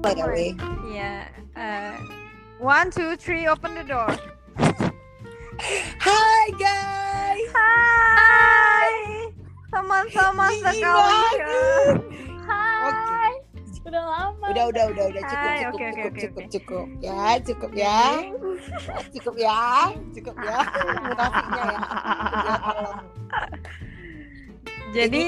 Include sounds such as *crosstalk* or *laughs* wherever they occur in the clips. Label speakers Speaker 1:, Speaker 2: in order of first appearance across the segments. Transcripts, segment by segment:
Speaker 1: Boleh ya, Wei?
Speaker 2: Yeah. Uh, one, two, three, open the door.
Speaker 1: Hai guys.
Speaker 2: Hai. Teman-teman
Speaker 1: Dingin
Speaker 2: sekeluarga.
Speaker 1: Hai.
Speaker 3: Udah lama.
Speaker 1: Udah udah udah udah cukup
Speaker 2: Hai,
Speaker 1: cukup
Speaker 2: oke, oke,
Speaker 1: cukup
Speaker 2: oke,
Speaker 1: cukup cukup ya cukup ya cukup ya cukup ya mutasinya
Speaker 2: *laughs*
Speaker 1: ya. Cukup ya, tolong.
Speaker 2: Jadi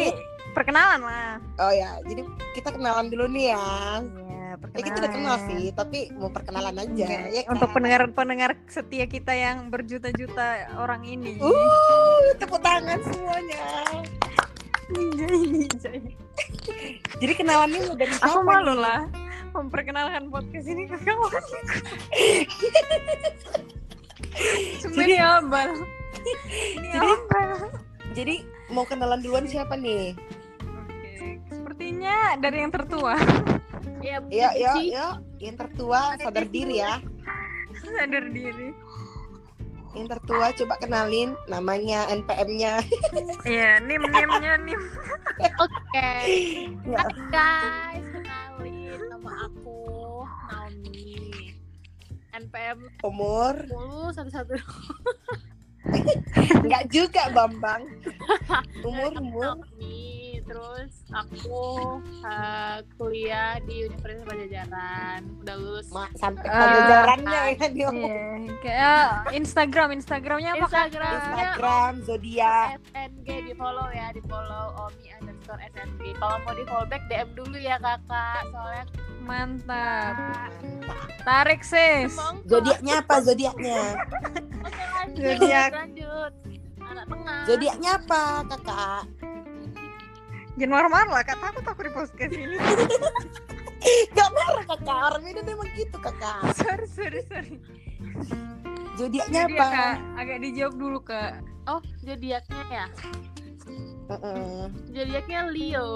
Speaker 2: perkenalan lah.
Speaker 1: Oh ya jadi kita kenalan dulu nih ya.
Speaker 2: Iya, perkenalan.
Speaker 1: Ya kita udah kenal sih tapi mau perkenalan aja ya kan?
Speaker 2: Untuk pendengar-pendengar setia kita yang berjuta-juta orang ini. *laughs*
Speaker 1: Uh, tepuk tangan semuanya.
Speaker 2: Iya,
Speaker 1: Jadi kenalannya lo dari siapa?
Speaker 2: Aku malu
Speaker 1: nih?
Speaker 2: lah memperkenalkan podcast ini ke *laughs* kamu. Sumpah
Speaker 1: Jadi-
Speaker 2: ini abal. Ini
Speaker 1: Jadi-
Speaker 2: abal.
Speaker 1: Jadi mau kenalan duluan siapa nih?
Speaker 2: Oke, Sepertinya dari yang tertua *laughs*
Speaker 3: Ya,
Speaker 1: Ya, ya,
Speaker 3: sih.
Speaker 1: ya, yang tertua sadar diri ya.
Speaker 2: sadar diri.
Speaker 1: Yang tertua coba kenalin namanya, NPM-nya.
Speaker 2: Iya, nim nimnya nim.
Speaker 3: Oke.
Speaker 1: Ya.
Speaker 3: Hai guys, kenalin nama aku Naomi. NPM
Speaker 2: *laughs*
Speaker 1: Umur
Speaker 3: 10 satu satu.
Speaker 1: enggak juga Bambang. Umur umur
Speaker 3: Naomi. Terus aku eh, kuliah di Universitas Pajajaran. Udah lulus.
Speaker 1: Ma, sampai
Speaker 2: Ah,
Speaker 1: pelajarannya ya dia.
Speaker 2: *laughs* Iya, kayak Instagram Instagramnya apa?
Speaker 3: Instagramnya
Speaker 1: Instagram zodiak.
Speaker 3: SNG di follow ya di follow Omi underscore SNG kalau mau di follow back DM dulu ya kakak soalnya
Speaker 2: Mantap.
Speaker 3: kakak
Speaker 2: Tarik sis.
Speaker 3: mongkos.
Speaker 1: Zodiaknya apa zodiaknya?
Speaker 3: Oke, lanjut,
Speaker 2: Zodiak.
Speaker 3: lanjut anak tengah
Speaker 1: Zodiaknya apa, Kakak?
Speaker 2: Jangan marah-marah lah, kak takut aku di podcast ini. *laughs*
Speaker 1: Gak marah kakak, orang Medan emang gitu kakak
Speaker 2: sorry, sorry, sorry.
Speaker 1: Zodiaknya
Speaker 2: Jadi ya,
Speaker 1: apa?
Speaker 2: kak, agak dijawab dulu kak.
Speaker 3: oh zodiaknya ya
Speaker 1: Mm-mm.
Speaker 3: zodiaknya Leo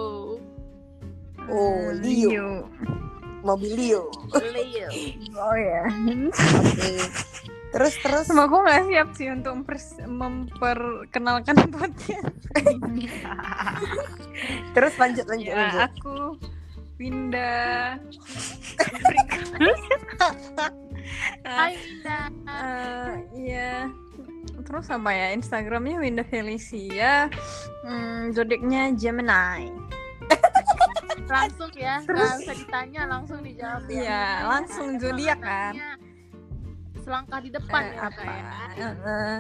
Speaker 1: Oh,
Speaker 2: Hmm,
Speaker 1: Leo. Mobilio
Speaker 3: Leo
Speaker 2: Oh ya.
Speaker 1: Oke Terus, terus
Speaker 2: Cuma aku nggak siap sih untuk mempers- memperkenalkan podcast.
Speaker 1: Terus lanjut, lanjut,
Speaker 2: Ya,
Speaker 1: lanjut
Speaker 2: aku Winda. Eh,
Speaker 3: Hai Winda
Speaker 2: eh, Iya. Terus apa ya Instagramnya Winda Felicia, hmm, zodiaknya Gemini. Eh,
Speaker 3: langsung ya
Speaker 2: Terus.
Speaker 3: nggak usah ditanya langsung dijawab ya
Speaker 2: Iya, langsung
Speaker 3: Ada
Speaker 2: zodiak kan.
Speaker 3: pertanyaannya selangkah di depan
Speaker 2: Eh,
Speaker 3: ya
Speaker 2: apa?
Speaker 3: kak ya
Speaker 2: Eh, eh.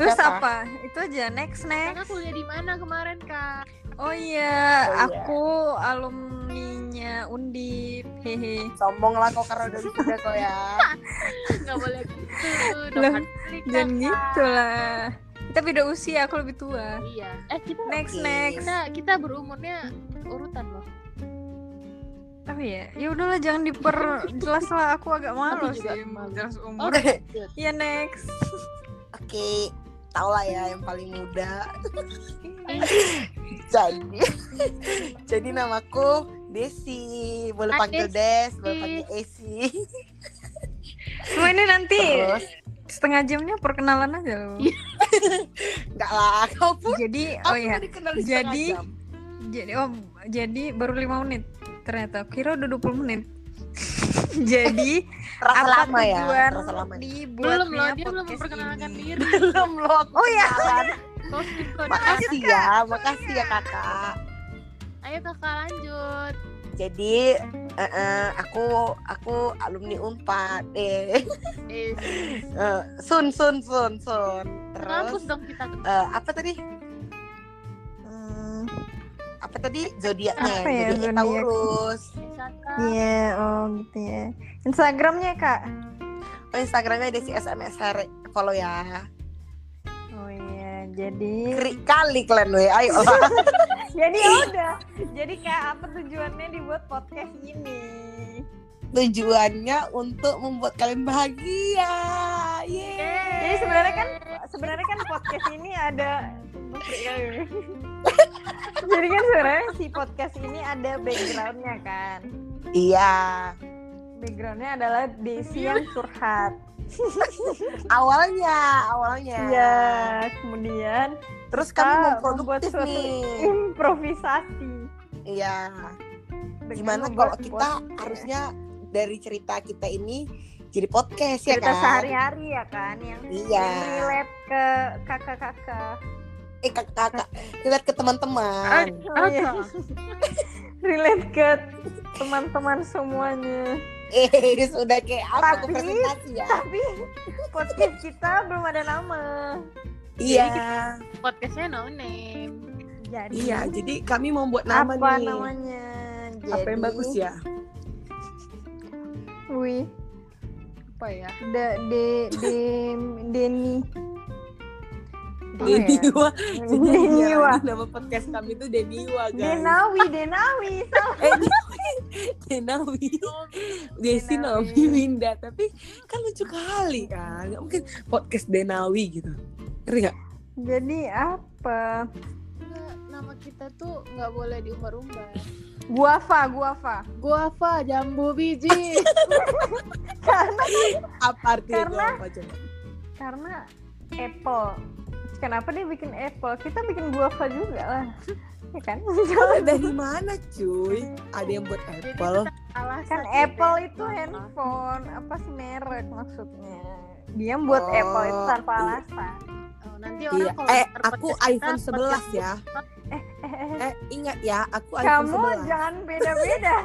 Speaker 2: Terus
Speaker 1: Apa?
Speaker 2: apa? Itu aja next next.
Speaker 3: Kakak kuliah di mana kemarin kak?
Speaker 2: Oh
Speaker 1: Oh
Speaker 2: iya,
Speaker 1: iya.
Speaker 2: aku alumninya Undip. Hehe.
Speaker 1: Sombong lah kok karena udah wisuda kok ya
Speaker 2: *laughs*
Speaker 3: Gak boleh gitu dong
Speaker 2: Lah,
Speaker 3: kan klik,
Speaker 2: Jangan
Speaker 3: Kakak.
Speaker 2: gitu lah. Kita beda usia, aku lebih tua.
Speaker 3: Iya Eh kita
Speaker 2: Next
Speaker 1: Oke.
Speaker 2: next.
Speaker 3: kita, kita berumurnya urutan loh
Speaker 2: Apa ya? Ya udahlah jangan diperjelas lah, aku agak malu
Speaker 3: juga
Speaker 2: sih
Speaker 3: malu.
Speaker 2: jelas umur.
Speaker 1: Oke,
Speaker 2: *laughs* Iya next.
Speaker 1: tau lah ya yang paling muda
Speaker 3: Eh,
Speaker 1: Jadi *laughs* Jadi namaku Desi Boleh
Speaker 2: Ah,
Speaker 3: Hai,
Speaker 1: panggil Des, boleh panggil
Speaker 2: *laughs*
Speaker 1: Esi
Speaker 2: Semua ini nanti
Speaker 1: Terus,
Speaker 2: setengah jamnya perkenalan aja loh.
Speaker 3: Iya.
Speaker 1: enggak lah, kau pun
Speaker 2: Jadi
Speaker 1: aku
Speaker 2: oh ya,
Speaker 1: udah dikenal di
Speaker 2: Jadi-
Speaker 1: setengah jam.
Speaker 2: jadi oh jadi baru lima menit ternyata. Kira udah 20 menit. *laughs* jadi
Speaker 1: Terasa
Speaker 2: apa
Speaker 1: lama ya
Speaker 2: tujuan
Speaker 1: Terasa lama ya
Speaker 2: dibuatnya
Speaker 3: belum loh dia belum
Speaker 2: podcast
Speaker 3: memperkenalkan
Speaker 2: ini?
Speaker 3: diri
Speaker 1: *laughs* Belum loh
Speaker 2: Oh ya,
Speaker 3: Kok gitu?
Speaker 1: iya, Makasih ya, makasih ya kakak.
Speaker 3: ayo kakak lanjut
Speaker 1: Jadi eh, eh, aku aku alumni Unpad. Eh,
Speaker 3: eh,
Speaker 1: eh, sun sun sun sun. Terus
Speaker 3: kampus dong kita
Speaker 1: eh, apa tadi? Hmm, apa tadi zodiaknya?
Speaker 2: Apa ya
Speaker 1: Zodiaknya
Speaker 2: zodiak?
Speaker 1: Taurus.
Speaker 3: wisata
Speaker 2: Iya, oh gitu ya. Instagramnya kak?
Speaker 1: Oh, Instagramnya Desi SMSR follow ya.
Speaker 2: Oh iya, jadi
Speaker 1: Keri kali kalian we. Ayo. *laughs*
Speaker 2: jadi ya udah. Jadi kak apa tujuannya dibuat podcast ini?
Speaker 1: Tujuannya untuk membuat kalian bahagia. Yeay.
Speaker 2: Jadi sebenarnya kan sebenarnya kan podcast ini ada *laughs* jadi kan sebenarnya si podcast ini ada backgroundnya kan.
Speaker 1: Iya.
Speaker 2: Backgroundnya adalah Desi yang curhat.
Speaker 1: Awalnya, awalnya.
Speaker 2: Iya, kemudian
Speaker 1: Terus
Speaker 2: kita
Speaker 1: kamu mau
Speaker 2: membuat
Speaker 1: produktif
Speaker 2: suatu
Speaker 1: nih.
Speaker 2: improvisasi.
Speaker 1: Iya.
Speaker 4: gimana kalau kita harusnya dari cerita kita ini jadi podcast ya
Speaker 5: cerita
Speaker 4: kan?
Speaker 5: sehari-hari ya kan yang
Speaker 4: Iya.
Speaker 5: yang relate ke kakak-kakak
Speaker 4: Eh kakak, lihat ke teman-teman.
Speaker 5: Oh, iya. relate ke teman-teman semuanya
Speaker 1: *laughs*
Speaker 4: Eh sudah kayak apa
Speaker 5: Tapi-
Speaker 4: tuh presentasi ya?
Speaker 5: tapi podcast kita belum ada nama
Speaker 4: Iya.
Speaker 3: podcastnya no name
Speaker 5: jadi
Speaker 1: Iya, jadi kami mau buat nama
Speaker 5: apa
Speaker 1: nih.
Speaker 5: namanya jadi,
Speaker 1: Apa yang bagus ya?
Speaker 5: wih
Speaker 3: apa ya
Speaker 5: de de de deni ya? Iya.
Speaker 1: Deniwa.
Speaker 5: *laughs*
Speaker 1: Jadi
Speaker 5: deniwa
Speaker 1: yang nama podcast kami itu Deniwa, guys.
Speaker 5: denawi denawi
Speaker 1: Eh, Denawi. Desi
Speaker 5: Denawi.
Speaker 1: Nawi Winda, tapi kan lucu kali kan. Nggak mungkin podcast Denawi gitu. Ngerti nggak?
Speaker 5: jadi apa
Speaker 3: Nggak, nama kita tuh nggak boleh diumbar-umbar
Speaker 5: guava guava
Speaker 3: *laughs* guava jambu biji
Speaker 5: karena
Speaker 1: Apa artinya
Speaker 5: Karena-
Speaker 1: gua apa coba?
Speaker 5: karena apple kenapa dia bikin apple kita bikin guava juga lah ya
Speaker 1: *laughs*
Speaker 5: kan
Speaker 1: Dari mana cuy? Ada yang buat apple.
Speaker 3: Alas
Speaker 5: kan apple itu handphone apa sih merek maksudnya dia buat
Speaker 1: Oh,
Speaker 5: apple itu tanpa
Speaker 1: iya.
Speaker 5: alasan
Speaker 3: Oh, nanti
Speaker 1: Iya.
Speaker 3: orang kalau
Speaker 1: Eh,
Speaker 3: denger
Speaker 1: aku
Speaker 3: podcast kita,
Speaker 1: iPhone 11
Speaker 3: podcast
Speaker 1: ya.
Speaker 5: Eh, eh, eh,
Speaker 1: Eh, ingat ya, aku iPhone
Speaker 5: kamu
Speaker 1: 11.
Speaker 5: jangan beda-beda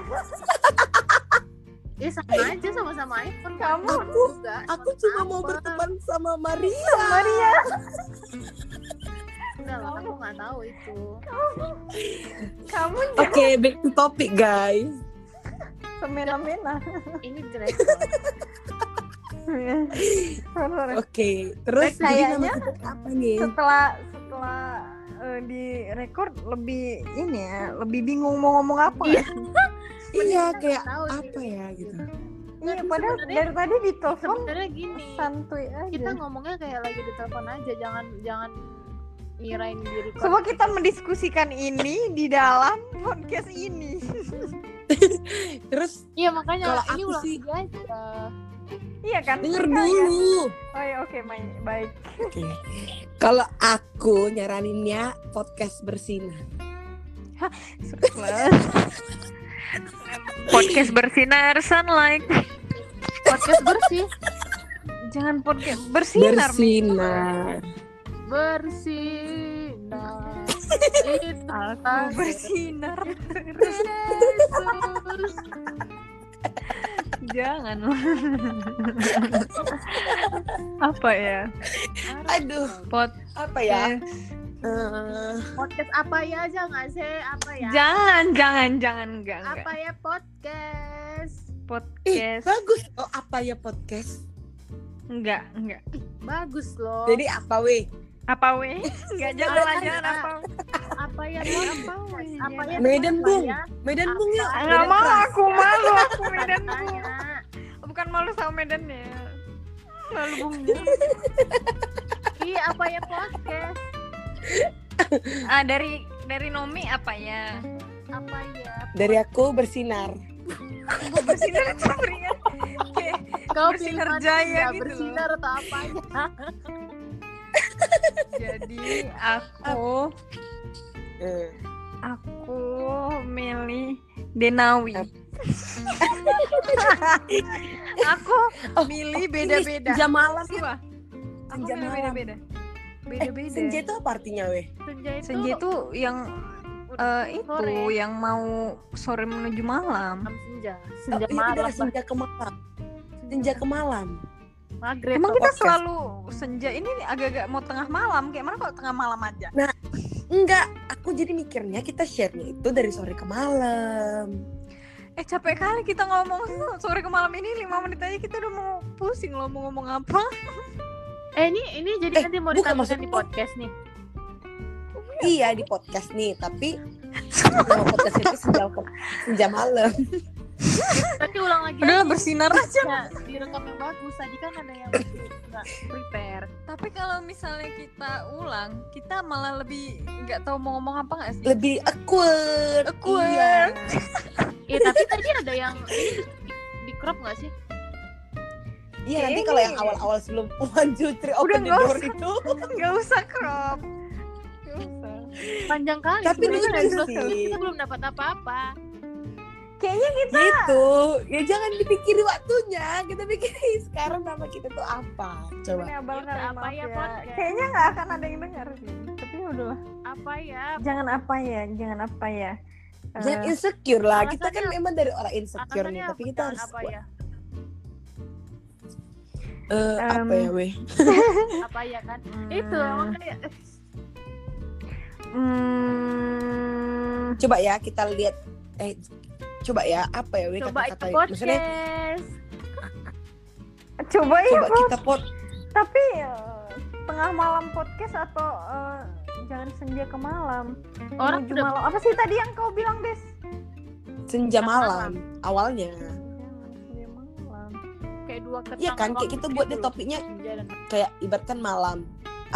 Speaker 3: Iya sama aja sama-sama iPhone.
Speaker 5: Kamu-
Speaker 3: Aku juga.
Speaker 1: Aku cuma mau
Speaker 3: Apa?
Speaker 1: berteman sama Maria.
Speaker 5: Maria
Speaker 3: Enggak lah, aku nggak tahu itu.
Speaker 1: *laughs*
Speaker 5: kamu
Speaker 1: Oke, back to topic guys.
Speaker 5: semena-mena
Speaker 3: Ini jelek.
Speaker 5: Sorry, sorry.
Speaker 1: Oke, Oh, terus
Speaker 5: Baik,
Speaker 1: jadi nama
Speaker 5: kayaknya-
Speaker 1: kita apa nih?
Speaker 5: setelah setelah eh, di record lebih ini ya lebih bingung mau ngomong apa ya?
Speaker 3: Iya.
Speaker 1: Iya, kayak
Speaker 3: Tahu
Speaker 1: apa ya gitu.
Speaker 5: Iya,
Speaker 3: Tapi
Speaker 5: padahal
Speaker 3: sebenarnya-
Speaker 5: dari tadi di telepon
Speaker 3: Sebenarnya gini,
Speaker 5: santuy aja
Speaker 3: kita ngomongnya kayak lagi di telepon aja, jangan jangan ngirain diri.
Speaker 5: coba kita mendiskusikan ini di dalam podcast ini
Speaker 1: Terus
Speaker 3: Iya makanya
Speaker 1: Kalau
Speaker 3: ini
Speaker 1: aku
Speaker 3: ulang
Speaker 1: sih-
Speaker 3: lagi aja.
Speaker 5: iya kan
Speaker 1: denger
Speaker 5: Iya, iya.
Speaker 1: dulu.
Speaker 5: oh iya oke main- baik
Speaker 1: Oke. Kalau aku nyaraninnya podcast bersinar.
Speaker 2: *laughs* podcast bersinar sunlight
Speaker 3: Podcast bersih,
Speaker 2: jangan podcast bersinar
Speaker 1: bersinar.
Speaker 3: bersih. Nah,
Speaker 2: *laughs* aku bersinar terus jangan *laughs* apa ya
Speaker 1: Aduh,
Speaker 2: pot
Speaker 1: apa ya?
Speaker 2: eh,
Speaker 1: Eh,
Speaker 3: Podcast apa ya aja nggak sih? Apa ya?
Speaker 2: jangan jangan jangan enggak enggak
Speaker 3: Apa ya podcast?
Speaker 1: ih,
Speaker 2: podcast
Speaker 1: bagus. Oh, apa ya podcast?
Speaker 2: enggak enggak
Speaker 3: Bagus loh.
Speaker 1: Jadi apa weh?
Speaker 2: apa weh *laughs* enggak jangan lah jangan apa
Speaker 3: apa ya
Speaker 2: Iya.
Speaker 3: podcast? Apa ya?
Speaker 1: Medan,
Speaker 3: podcast
Speaker 1: Bung.
Speaker 3: ya?
Speaker 1: Medan Bung yuk.
Speaker 3: Apa? ya
Speaker 2: enggak
Speaker 1: Medan
Speaker 2: mau
Speaker 1: Pras.
Speaker 2: aku *laughs* malu aku medan
Speaker 3: Tanya.
Speaker 2: bukan malu sama medan ya malu bungnya
Speaker 3: Iya, apa ya podcast?
Speaker 2: ah dari dari Nomi apa ya
Speaker 3: Apa ya?
Speaker 1: Dari aku bersinar.
Speaker 2: gue bersinar itu ringan kayak
Speaker 3: Kau
Speaker 2: Bersinar
Speaker 3: pilihan
Speaker 2: Jaya
Speaker 3: nggak
Speaker 2: gitu loh.
Speaker 3: Bersinar atau apa? ya?
Speaker 2: jadi aku
Speaker 1: Eh,
Speaker 2: aku milih Denawi aku milih beda-beda
Speaker 1: Senja oh, malam.
Speaker 2: Sumpah. aku
Speaker 1: Senja
Speaker 2: milih
Speaker 1: malam.
Speaker 2: beda-beda
Speaker 1: Eh,
Speaker 2: beda-beda
Speaker 1: senja itu apa artinya weh?
Speaker 3: Senja itu,
Speaker 2: senja itu yang eh, itu
Speaker 3: sore.
Speaker 2: yang mau sore menuju malam
Speaker 3: Malam senja. Senja
Speaker 1: Oh, iya,
Speaker 3: malam.
Speaker 1: bener, senja ke malam. Senja ke malam.
Speaker 3: Maghrib.
Speaker 2: emang kita
Speaker 1: podcast.
Speaker 2: selalu senja ini agak-agak mau tengah malam kayak mana kok tengah malam aja
Speaker 1: Enggak, aku jadi mikirnya kita share-nya itu dari sore ke malam.
Speaker 2: eh capek kali kita ngomong *laughs* sore ke malam ini lima menit aja kita udah mau pusing loh mau ngomong
Speaker 3: *laughs*
Speaker 2: apa
Speaker 3: Eh ini ini jadi
Speaker 1: Eh,
Speaker 3: nanti mau
Speaker 1: bukan,
Speaker 3: ditampilkan
Speaker 1: maksud
Speaker 3: di
Speaker 1: aku-
Speaker 3: podcast nih.
Speaker 1: Iya di podcast nih, tapi nama podcast itu senja, ke- senja malam.
Speaker 3: Nanti ulang lagi.
Speaker 2: udah lah, bersinar aja
Speaker 3: Nah, direkam yang bagus. Tadi kan ada yang nggak prepare.
Speaker 2: *laughs* tapi kalau misalnya kita ulang kita malah lebih nggak tahu mau ngomong apa nggak sih
Speaker 1: Lebih awkward.
Speaker 2: Awkward.
Speaker 1: Iya.
Speaker 3: Iya tapi tadi ada yang ini di, di crop nggak sih?
Speaker 1: Iya, nanti kalau yang awal-awal sebelum one two three open
Speaker 2: Udah
Speaker 1: the
Speaker 2: nggak
Speaker 1: door
Speaker 2: usah.
Speaker 1: itu,
Speaker 2: *laughs* nggak usah crop Nggak usah.
Speaker 3: Panjang kali.
Speaker 1: Tapi
Speaker 3: sebenarnya
Speaker 1: lucu
Speaker 3: dari
Speaker 1: sih.
Speaker 3: Kita belum dapat apa-apa.
Speaker 2: Kayaknya kita
Speaker 1: gitu ya jangan dipikirin waktunya kita pikirin sekarang nama kita tuh apa coba
Speaker 2: Ini abal kali,
Speaker 3: Apa
Speaker 2: maaf
Speaker 3: ya,
Speaker 2: ya.
Speaker 3: podcast?
Speaker 2: Kayaknya nggak akan ada yang dengar sih. Tapi udahlah.
Speaker 3: apa ya
Speaker 2: Jangan apa ya, jangan apa ya. Eh,
Speaker 1: jangan insecure lah kita kan
Speaker 3: alasannya-
Speaker 1: memang dari orang insecure nih
Speaker 3: Alasannya
Speaker 1: tapi kita
Speaker 3: apa-
Speaker 1: harus
Speaker 3: apa ya
Speaker 1: Eh, apa
Speaker 2: Em,
Speaker 1: ya weh
Speaker 3: apa ya kan
Speaker 2: hmm,
Speaker 3: itu makanya eh,
Speaker 2: hmm,
Speaker 1: coba ya kita lihat eh coba ya apa ya weh
Speaker 3: coba itu
Speaker 1: kata-kata maksudnya
Speaker 3: podcast
Speaker 2: coba ya,
Speaker 1: coba
Speaker 2: Bos.
Speaker 1: kita pot
Speaker 2: Tapi eh, tengah malam podcast atau eh, jangan senja ke malam.
Speaker 3: Orang
Speaker 2: Menuju
Speaker 3: udah-
Speaker 2: malam. Apa sih tadi yang kau bilang, Des?
Speaker 1: senja
Speaker 3: Tengah
Speaker 1: malam awalnya
Speaker 2: Jangan senja malam.
Speaker 3: kayak dua ketang gitu
Speaker 1: iya kan kayak kita buat deh topiknya kayak ibaratkan malam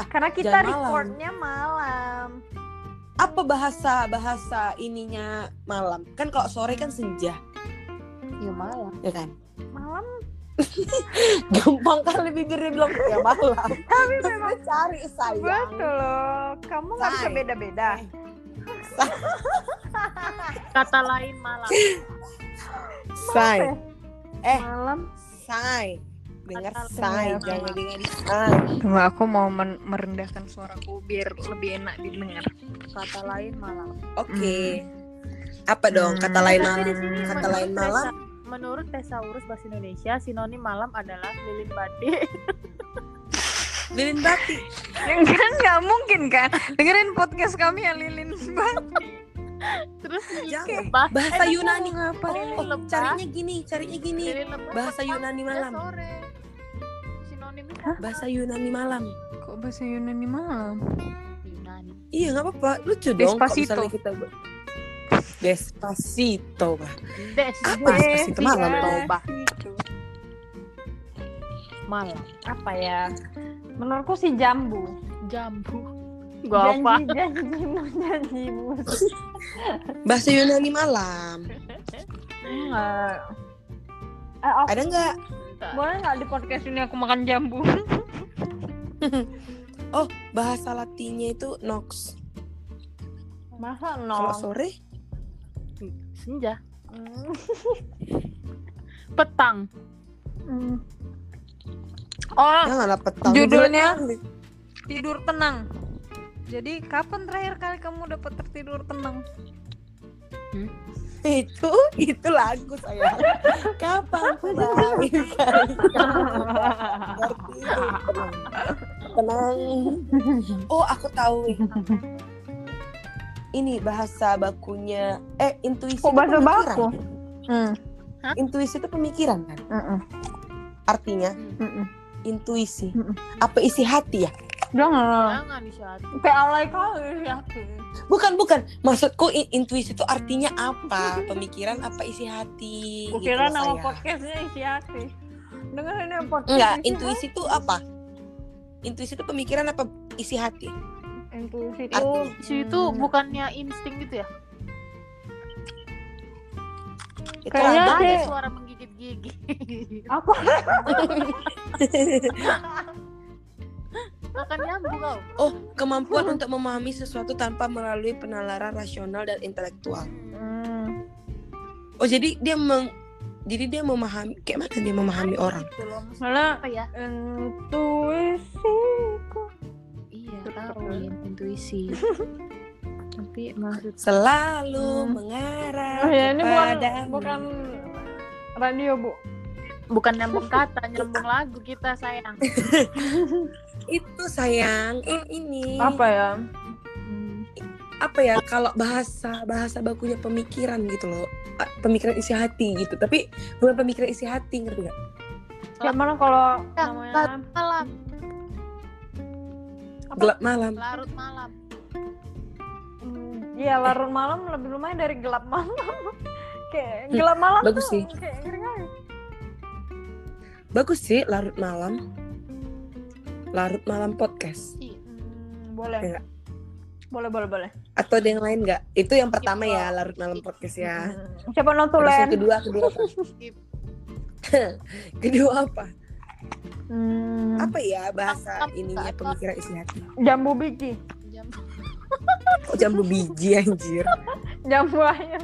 Speaker 2: Karena kita
Speaker 1: Jangan malam.
Speaker 2: recordnya malam.
Speaker 1: apa bahasa bahasa ininya malam kan kalau sore kan senja
Speaker 6: Ya malah.
Speaker 1: ya kan *laughs*
Speaker 2: Malam
Speaker 1: gampang kali pikirnya bilang ya malam
Speaker 2: tapi
Speaker 1: terus
Speaker 2: memang
Speaker 1: dia cari *laughs* sayang
Speaker 2: betul loh. Kamu nggak bisa
Speaker 1: Say.
Speaker 2: beda-beda.
Speaker 3: kata lain malam
Speaker 1: say
Speaker 2: Apa ya?
Speaker 1: eh
Speaker 2: Malam
Speaker 1: say dengar
Speaker 3: Kata
Speaker 1: say
Speaker 3: lain
Speaker 1: jangan
Speaker 3: malam.
Speaker 1: dengan say
Speaker 7: Cuma aku mau men- merendahkan suaraku biar lebih enak didengar.
Speaker 3: kata lain malam
Speaker 2: *laughs*
Speaker 1: oke apa dong kata lain
Speaker 3: Tapi Hmm. di
Speaker 1: malam
Speaker 3: sini
Speaker 1: kata
Speaker 3: menurut
Speaker 1: lain
Speaker 3: Tessa-
Speaker 1: malam
Speaker 3: menurut Tesaurus bahasa Indonesia sinonim malam adalah lilin batik
Speaker 1: lilin batik
Speaker 7: Yang kan nggak mungkin kan? Dengerin podcast kami ya Lilin banget.
Speaker 3: terus lilin
Speaker 1: Jangan.
Speaker 3: lebah
Speaker 1: bahasa
Speaker 3: Eh,
Speaker 1: Yunani
Speaker 3: apa lilin
Speaker 1: oh,
Speaker 3: lebah
Speaker 1: carinya gini carinya gini
Speaker 3: lilin lebah
Speaker 1: bahasa
Speaker 3: petang,
Speaker 1: Yunani
Speaker 3: eh,
Speaker 1: malam.
Speaker 3: sore sinonimnya apa?
Speaker 1: bahasa Yunani malam
Speaker 7: Kok bahasa Yunani malam?
Speaker 3: Yunani
Speaker 1: iya nggak apa-apa lucu dong kalau
Speaker 7: Despacito.
Speaker 1: misalnya kita ber- Despacito bah.
Speaker 3: des
Speaker 1: Apa
Speaker 2: Eh,
Speaker 1: Despacito malam
Speaker 2: Jessica.
Speaker 1: dong?
Speaker 2: Gitu.
Speaker 3: malam
Speaker 2: Apa ya? Menurutku si jambu.
Speaker 3: jambu gua apa
Speaker 2: janji, janjimu, janjimu.
Speaker 1: Bahasa Yunani malam.
Speaker 2: Enggak. Eh, aku-
Speaker 1: Ada nggak?
Speaker 2: boleh nggak di podcast ini aku makan jambu?
Speaker 1: Oh, Bahasa Latinnya itu nox.
Speaker 2: Masa
Speaker 1: Kalau
Speaker 2: nol?
Speaker 1: sore
Speaker 3: senja
Speaker 2: Hmm.
Speaker 3: petang
Speaker 2: Hmm.
Speaker 7: Oh,
Speaker 1: janganlah petang.
Speaker 7: Judulnya?
Speaker 1: Jelek kali.
Speaker 7: tidur tenang. Jadi kapan terakhir kali kamu dapat tertidur tenang?
Speaker 1: itu itu lagu saya.
Speaker 7: *laughs*
Speaker 1: Kapan terakhir kali ngerti itu? Tenang. Tenang. Oh, aku tahu. nih. Ini bahasa bakunya eh intuisi. itu
Speaker 2: Kok Oh, bahasa
Speaker 1: pemikiran.
Speaker 2: baku? Hmm.
Speaker 1: Intuisi itu pemikiran kan?
Speaker 2: Mm-mm.
Speaker 1: Artinya
Speaker 2: Mm-mm.
Speaker 1: intuisi.
Speaker 2: Mm-mm.
Speaker 1: Apa isi hati ya?
Speaker 2: Jangan.
Speaker 3: jangan di saat
Speaker 2: Kayak alay kali ya.
Speaker 1: Bukan, bukan. Maksudku i- intuisi itu artinya apa? Pemikiran apa isi hati?
Speaker 2: Kukira
Speaker 1: gitu
Speaker 2: nama
Speaker 1: saya.
Speaker 2: podcastnya isi hati. ya. Dengerin ya podcast.
Speaker 1: Enggak,
Speaker 2: isi
Speaker 1: intuisi itu apa? Intuisi itu pemikiran apa isi hati?
Speaker 2: hati. Intuisi itu.
Speaker 1: Artinya.
Speaker 3: Su itu bukannya insting gitu ya?
Speaker 1: Itu
Speaker 2: Kayaknya
Speaker 1: ada.
Speaker 2: sih-
Speaker 3: Ada suara menggigit gigi. *laughs*
Speaker 2: Apa?
Speaker 3: Makan nyambung kau.
Speaker 1: Oh, kemampuan untuk memahami sesuatu tanpa melalui penalaran rasional dan intelektual.
Speaker 2: Hmm.
Speaker 1: Oh, jadi dia meng jadi dia memahami kayak mana dia memahami orang.
Speaker 3: Gitu loh, maksudnya
Speaker 2: Malah
Speaker 3: apa ya?
Speaker 2: intuisiku.
Speaker 3: Iya,
Speaker 2: tahu,
Speaker 3: Win. intuisi. Tapi maksud
Speaker 1: Selalu
Speaker 2: Hmm.
Speaker 1: mengarah
Speaker 2: Oh ya ini bukan
Speaker 1: kepadamu.
Speaker 2: bukan radio bu.
Speaker 3: bukan nyambung kata, nyambung lagu kita sayang.
Speaker 1: itu sayang. Eh, ini.
Speaker 2: Apa ya? Hmm.
Speaker 1: apa ya kalau bahasa bahasa bakunya pemikiran gitu loh A- pemikiran isi hati gitu tapi bukan pemikiran isi hati ngerti nggak
Speaker 2: Kayak mana kalau
Speaker 3: Ya,
Speaker 2: namanya
Speaker 3: Malam, Apa?
Speaker 1: gelap malam
Speaker 3: larut malam.
Speaker 2: Hmm, Iya larut malam lebih lumayan dari gelap malam. *laughs* kayak gelap malam
Speaker 1: bagus
Speaker 2: tuh
Speaker 1: Hmm, sih.
Speaker 2: kayak kan? ngeri kali.
Speaker 1: bagus sih larut malam larut malam podcast
Speaker 2: Hmm, boleh.
Speaker 1: Iya.
Speaker 2: Boleh boleh boleh.
Speaker 1: atau ada yang lain nggak itu yang pertama ya larut malam podcast ya
Speaker 2: Hmm. Siapa nonton
Speaker 1: Terus yang
Speaker 2: Len?
Speaker 1: kedua kedua
Speaker 8: *laughs*
Speaker 1: apa? kedua apa
Speaker 2: Hmm,
Speaker 1: apa ya bahasa
Speaker 3: Apa?
Speaker 1: ininya
Speaker 3: Apa?
Speaker 1: pemikiran isi hati
Speaker 2: jambu biji,
Speaker 3: Jam
Speaker 1: kok jambu biji anjir
Speaker 2: jambu ayam.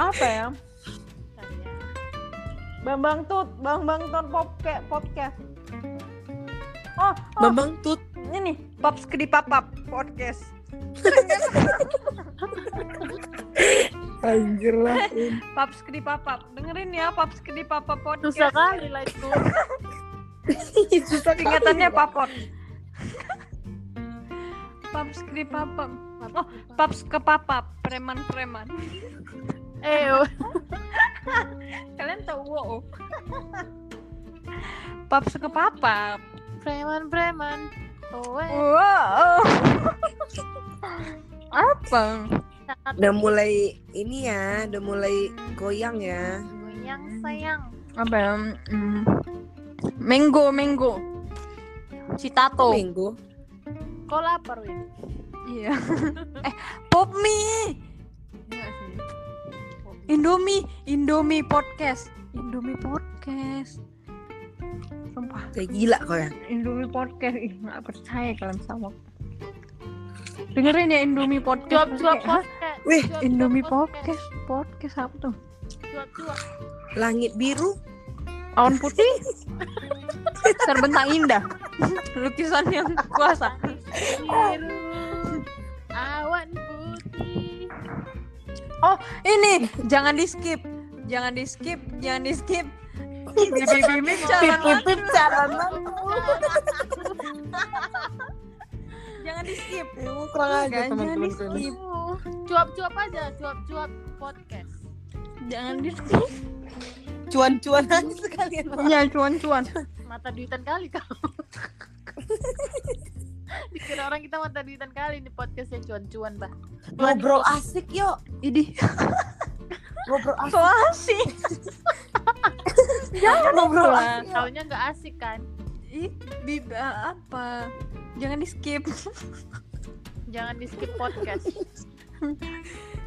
Speaker 9: apa ya
Speaker 3: Bentar ya.
Speaker 9: Bambang Tut Bambang Tut Popke podcast oh, oh
Speaker 8: Bambang Tut
Speaker 9: ini nih Paps Kedipapap podcast
Speaker 8: anjir lah
Speaker 1: *laughs*
Speaker 9: Paps Kedipapap dengerin ya Paps Kedipapap podcast
Speaker 2: Iya.
Speaker 3: Susah kali lah itu.
Speaker 8: susah
Speaker 9: Singkatannya papot. paps ke papap. Oh, paps ke papap, preman-preman.
Speaker 3: Eh,
Speaker 9: Kalian tahu wo. paps ke papap.
Speaker 3: preman-preman. Oh, eh.
Speaker 9: Wow. Apa?
Speaker 8: udah mulai ini ya udah mulai goyang ya
Speaker 3: Goyang sayang.
Speaker 2: apa ya? Mm, mango, mango.
Speaker 1: Oh.
Speaker 2: Citato.
Speaker 8: minggu
Speaker 3: Kok lapar, Win?
Speaker 2: Iya. *laughs* eh, pop mie. Iya sih. Indomie, Indomie podcast. Indomie podcast. Sumpah,
Speaker 8: kayak gila kau ya
Speaker 2: Indomie podcast. Ih, nggak percaya kalian sama. aku. Dengerin ya Indomie podcast.
Speaker 3: Cuap-cuap
Speaker 2: Hah?
Speaker 3: podcast.
Speaker 8: Wih,
Speaker 3: Cuap-cuap
Speaker 2: Indomie podcast, podcast apa tuh?
Speaker 3: Cuap-cuap.
Speaker 8: langit biru
Speaker 2: Awan *laughs* putih. Terbentang indah. Lukisan yang kuasa.
Speaker 3: Biru. Awan putih.
Speaker 2: Ini jangan di skip. Jangan di skip, jangan di skip. Bibi bibi calon
Speaker 1: Pipip calon
Speaker 2: jangan di
Speaker 1: Iya,
Speaker 2: skip
Speaker 8: Emang kurang aja
Speaker 2: jangan di
Speaker 8: teman-teman
Speaker 2: skip
Speaker 3: Uh, Cuap-cuap aja, cuap-cuap podcast.
Speaker 2: jangan di skip
Speaker 1: cuan-cuan aja *laughs* sekalian.
Speaker 2: ya cuan cuan
Speaker 3: Mata duitan kali kau. Dikira orang kita mata duitan kali nih podcastnya cuan-cuan, Bah.
Speaker 1: Ngobrol asik yuk.
Speaker 2: ini
Speaker 1: Ngobrol asik.
Speaker 2: sih jangan
Speaker 1: Ngobrol
Speaker 2: lah.
Speaker 1: asik. yuk.
Speaker 3: Taunya nggak asik kan?
Speaker 2: ih biba apa jangan di skip
Speaker 3: Jangan di skip podcast.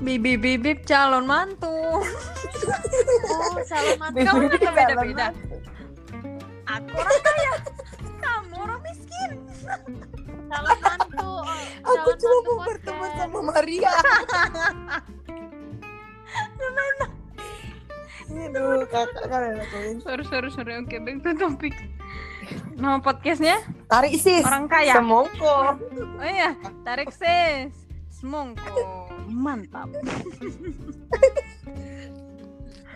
Speaker 2: bibi bibib calon mantu
Speaker 3: Oh, calon mantu.
Speaker 2: Kamu
Speaker 1: Bibi
Speaker 2: beda
Speaker 1: calon
Speaker 2: beda aku *laughs* ya. orang kaya kamu orang miskin
Speaker 3: Calon mantu. oh,
Speaker 1: Aku
Speaker 3: calon
Speaker 1: cuma
Speaker 3: mantu
Speaker 1: mau berteman
Speaker 3: podcast.
Speaker 1: sama Maria. Aduh, kakak kan lakuin.
Speaker 2: sorry sorry sorry oke back to topic nama podcastnya
Speaker 1: Tarik sis.
Speaker 2: orang kaya
Speaker 1: Semongko.
Speaker 2: Oh iya, tarik sis. Semongko. Mantap.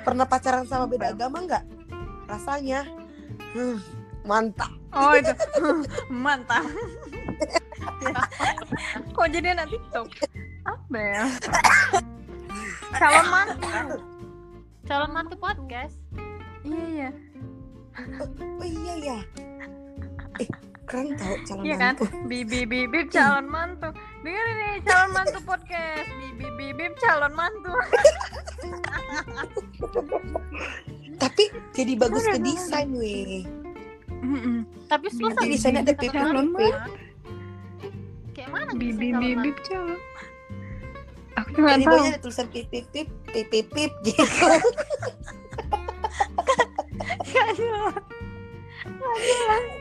Speaker 1: Pernah pacaran sama beda agama nggak? Rasanya, hmm, mantap.
Speaker 2: Oh itu. *laughs* Mantap. *laughs* Kok jadi anak TikTok? Apa ya? Calon mantu.
Speaker 3: Calon mantu podcast.
Speaker 2: Iya, iya.
Speaker 1: Oh iya ya. Eh, keren tau Eh, calon
Speaker 2: Iya kan?
Speaker 1: mantu.
Speaker 2: Bibi bibib calon mantu. Dengerin nih calon mantu podcast. Bibi bibib calon mantu.
Speaker 1: Tapi jadi bagus ke desain weh.
Speaker 2: Mm-mm.
Speaker 3: Tapi susah.
Speaker 1: Tapi desainnya ada paper
Speaker 3: Calon
Speaker 1: belum
Speaker 3: mantu.
Speaker 1: weh.
Speaker 3: Kayak mana bisa
Speaker 2: Bibi
Speaker 3: calon
Speaker 2: bibib
Speaker 3: mantu?
Speaker 2: calon. Aku juga
Speaker 1: Jadi
Speaker 2: nggak tahu.
Speaker 1: pokoknya ada tulisan pip pip pip pip pip pip gitu.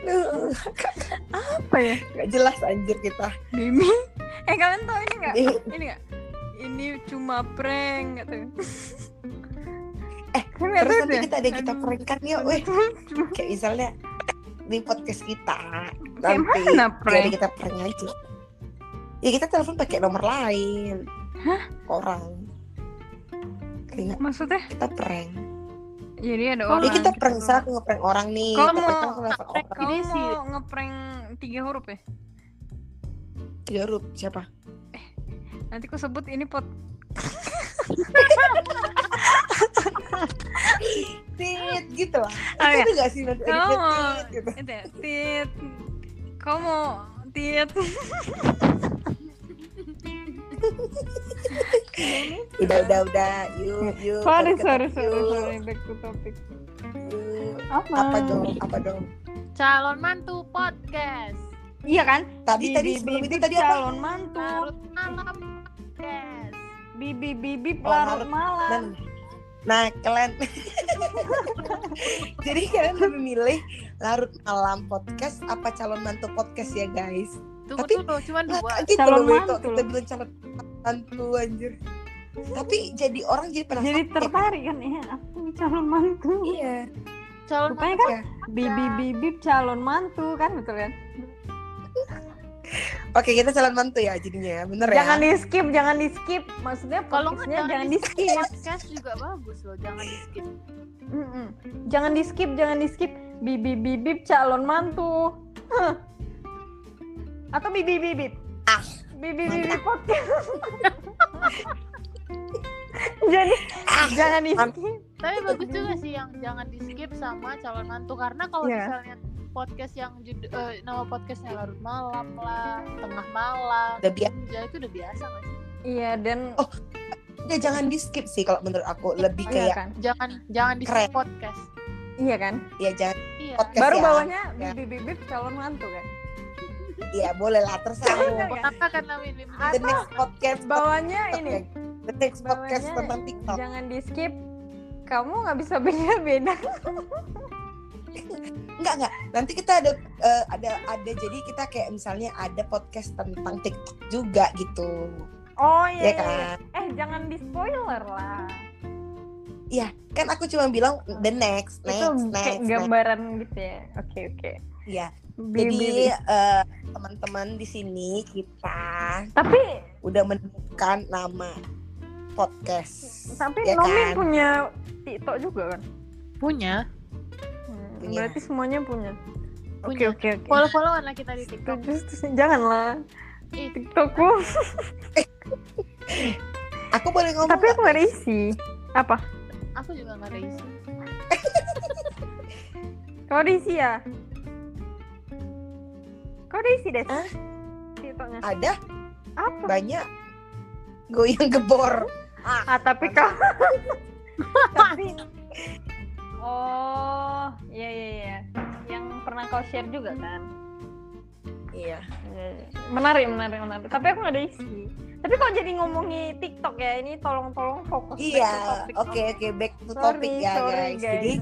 Speaker 1: Aduh,
Speaker 2: *laughs* Apa ya?
Speaker 1: Nggak jelas anjir kita.
Speaker 2: Bibi. Eh kalian tahu ini nggak? ini nggak? Ini cuma prank gitu.
Speaker 1: *laughs* Eh,
Speaker 2: Kalian nggak
Speaker 1: Terus
Speaker 2: tahu
Speaker 1: nanti
Speaker 2: deh?
Speaker 1: kita ada kita
Speaker 2: Aduh.
Speaker 1: prank kan yuk weh. Kayak misalnya di podcast kita nanti
Speaker 2: Gimana
Speaker 1: jadi
Speaker 2: prank?
Speaker 1: kita prank aja. Ya kita telepon pakai nomor lain. Orang. Kayak
Speaker 2: Maksudnya?
Speaker 1: kita prank.
Speaker 2: Jadi ada
Speaker 3: Oh,
Speaker 2: orang.
Speaker 1: Jadi kita
Speaker 2: gitu.
Speaker 1: prank misalnya aku ngeprank orang nih.
Speaker 2: Kamu-
Speaker 1: kita prank, aku nelfon
Speaker 3: prank.
Speaker 1: orang.
Speaker 2: Kamu
Speaker 3: Ini sih-
Speaker 2: mau ngeprank tiga huruf ya?
Speaker 1: Tiga huruf siapa?
Speaker 2: Nanti aku sebut ini pot.
Speaker 1: Tit gitu lah.
Speaker 2: Oh,
Speaker 1: Itu ada nggak sih nanti
Speaker 2: Kamu
Speaker 1: editnya
Speaker 2: mau
Speaker 1: tit gitu.
Speaker 2: itu ya? Tit. Kamu mau tit.
Speaker 1: Udah udah udah. Yuk yuk.
Speaker 2: Sorry
Speaker 1: Yuk,
Speaker 2: sorry
Speaker 1: yuk,
Speaker 2: sorry sorry back to topic.
Speaker 1: yuk.
Speaker 2: Apa?
Speaker 1: Apa dong? Apa dong?
Speaker 3: Calon mantu podcast.
Speaker 2: Iya kan?
Speaker 1: Tadi tadi
Speaker 2: Bibi,
Speaker 1: sebelum itu
Speaker 2: bibib
Speaker 1: tadi apa?
Speaker 2: calon mantu.
Speaker 3: Larut malam podcast.
Speaker 2: Bibi bibib
Speaker 1: Oh,
Speaker 2: larut
Speaker 1: larut
Speaker 2: malam.
Speaker 1: Dan- Nah, kalian *laughs* Jadi kalian lebih milih larut malam podcast apa calon mantu podcast ya guys?
Speaker 3: Tunggu
Speaker 1: Tapi-
Speaker 3: dulu, cuma dua.
Speaker 1: Nah, gitu
Speaker 2: Calon
Speaker 1: loh, Wiko.
Speaker 2: mantu
Speaker 1: Kita
Speaker 2: loh.
Speaker 1: bilang calon Mantu anjir.
Speaker 10: Tapi jadi orang jadi penasaran.
Speaker 2: Jadi tertarik kan ya, aku calon mantu.
Speaker 1: Iya.
Speaker 3: Calon
Speaker 2: Rupanya
Speaker 3: mantu
Speaker 2: kan bibi bibi calon mantu kan betul kan?
Speaker 1: Oke, kita calon mantu ya jadinya. Bener ya?
Speaker 2: Jangan di skip, jangan di skip. Maksudnya
Speaker 3: Kalau nggak
Speaker 2: podcastnya
Speaker 3: jangan
Speaker 2: jangan di skip.
Speaker 3: podcast juga bagus loh, jangan di skip.
Speaker 2: Mm-mm. Jangan di skip, jangan di skip. Bibi bibi calon mantu. Heh. Atau bibi bibi.
Speaker 10: Ah,
Speaker 2: Bibi bibi *laughs* podcast. Jadi jangan di
Speaker 1: Ah, man-
Speaker 2: skip.
Speaker 3: Tapi bagus juga sih yang jangan di skip sama calon mantu karena kalau
Speaker 2: Iya.
Speaker 3: misalnya podcast yang judul eh, nama podcastnya larut malam lah, tengah malam,
Speaker 10: Udah
Speaker 1: Iya.
Speaker 10: biasa.
Speaker 3: senja itu udah biasa nggak sih?
Speaker 2: Iya dan
Speaker 1: Oh, Ya, jangan di skip sih kalau menurut aku lebih
Speaker 2: iya
Speaker 1: kayak
Speaker 2: kan?
Speaker 3: Jangan jangan di skip
Speaker 1: Keren.
Speaker 3: podcast.
Speaker 2: Iya kan?
Speaker 1: ya jangan
Speaker 3: Iya.
Speaker 1: Podcast.
Speaker 2: Baru
Speaker 1: ya.
Speaker 2: bawahnya
Speaker 1: Ya.
Speaker 2: bibi bibi calon mantu kan.
Speaker 1: ya boleh lah terserah.
Speaker 2: Iya kan?
Speaker 3: Kenapa karena Winnie
Speaker 1: The next podcast
Speaker 2: Bawahnya
Speaker 1: tentang
Speaker 2: ini
Speaker 1: TikTok. The next podcast
Speaker 2: Bawahnya- ya.
Speaker 1: tentang TikTok.
Speaker 2: jangan di skip. Kamu nggak bisa beda-beda.
Speaker 1: Enggak enggak. Nanti kita ada eh, ada ada jadi kita kayak misalnya ada podcast tentang TikTok juga gitu.
Speaker 2: Oh
Speaker 1: Ya
Speaker 2: iya. iya, iya.
Speaker 1: kan?
Speaker 2: Eh jangan di spoiler lah.
Speaker 1: Kan aku cuma bilang the next, next,
Speaker 2: Itu
Speaker 1: next,
Speaker 2: kayak
Speaker 1: next.
Speaker 2: gambaran gitu ya. Oke oke.
Speaker 1: Ya.
Speaker 2: Bibi,
Speaker 1: Jadi
Speaker 2: bibi.
Speaker 1: eh, teman-teman di sini kita
Speaker 2: Tapi
Speaker 1: udah menemukan nama podcast.
Speaker 2: tapi
Speaker 1: ya
Speaker 2: Nomi
Speaker 1: kan?
Speaker 2: punya TikTok juga kan.
Speaker 3: punya.
Speaker 2: Hmm,
Speaker 1: Punya.
Speaker 2: Berarti semuanya punya. Oke
Speaker 3: Punya.
Speaker 2: oke oke.
Speaker 3: Follow-followan lah kita di TikTok.
Speaker 2: Setuju, setuju. Janganlah
Speaker 3: Ih,
Speaker 2: TikTokku.
Speaker 1: Aku boleh ngomong
Speaker 2: Tapi
Speaker 1: nggak?
Speaker 2: aku nggak ada isi. Apa?
Speaker 3: aku juga nggak ada isi.
Speaker 2: Kau ada isi ya? Kau ada isi deh.
Speaker 1: Hah?
Speaker 2: TikToknya.
Speaker 1: ada
Speaker 2: Apa?
Speaker 1: banyak goyang gebor.
Speaker 2: Ah, tapi kau *laughs* tapi Oh, iya iya iya. Yang pernah kau share juga kan?
Speaker 1: Iya.
Speaker 2: Iya, iya. Menarik, menarik, menarik. Tapi aku gak ada isi. Tapi kok jadi ngomongi TikTok ya? Ini tolong-tolong fokus back to
Speaker 1: Iya.
Speaker 2: topik.
Speaker 1: Oke oke back to
Speaker 2: Sorry,
Speaker 1: topic ya
Speaker 2: sorry,
Speaker 1: guys. Jadi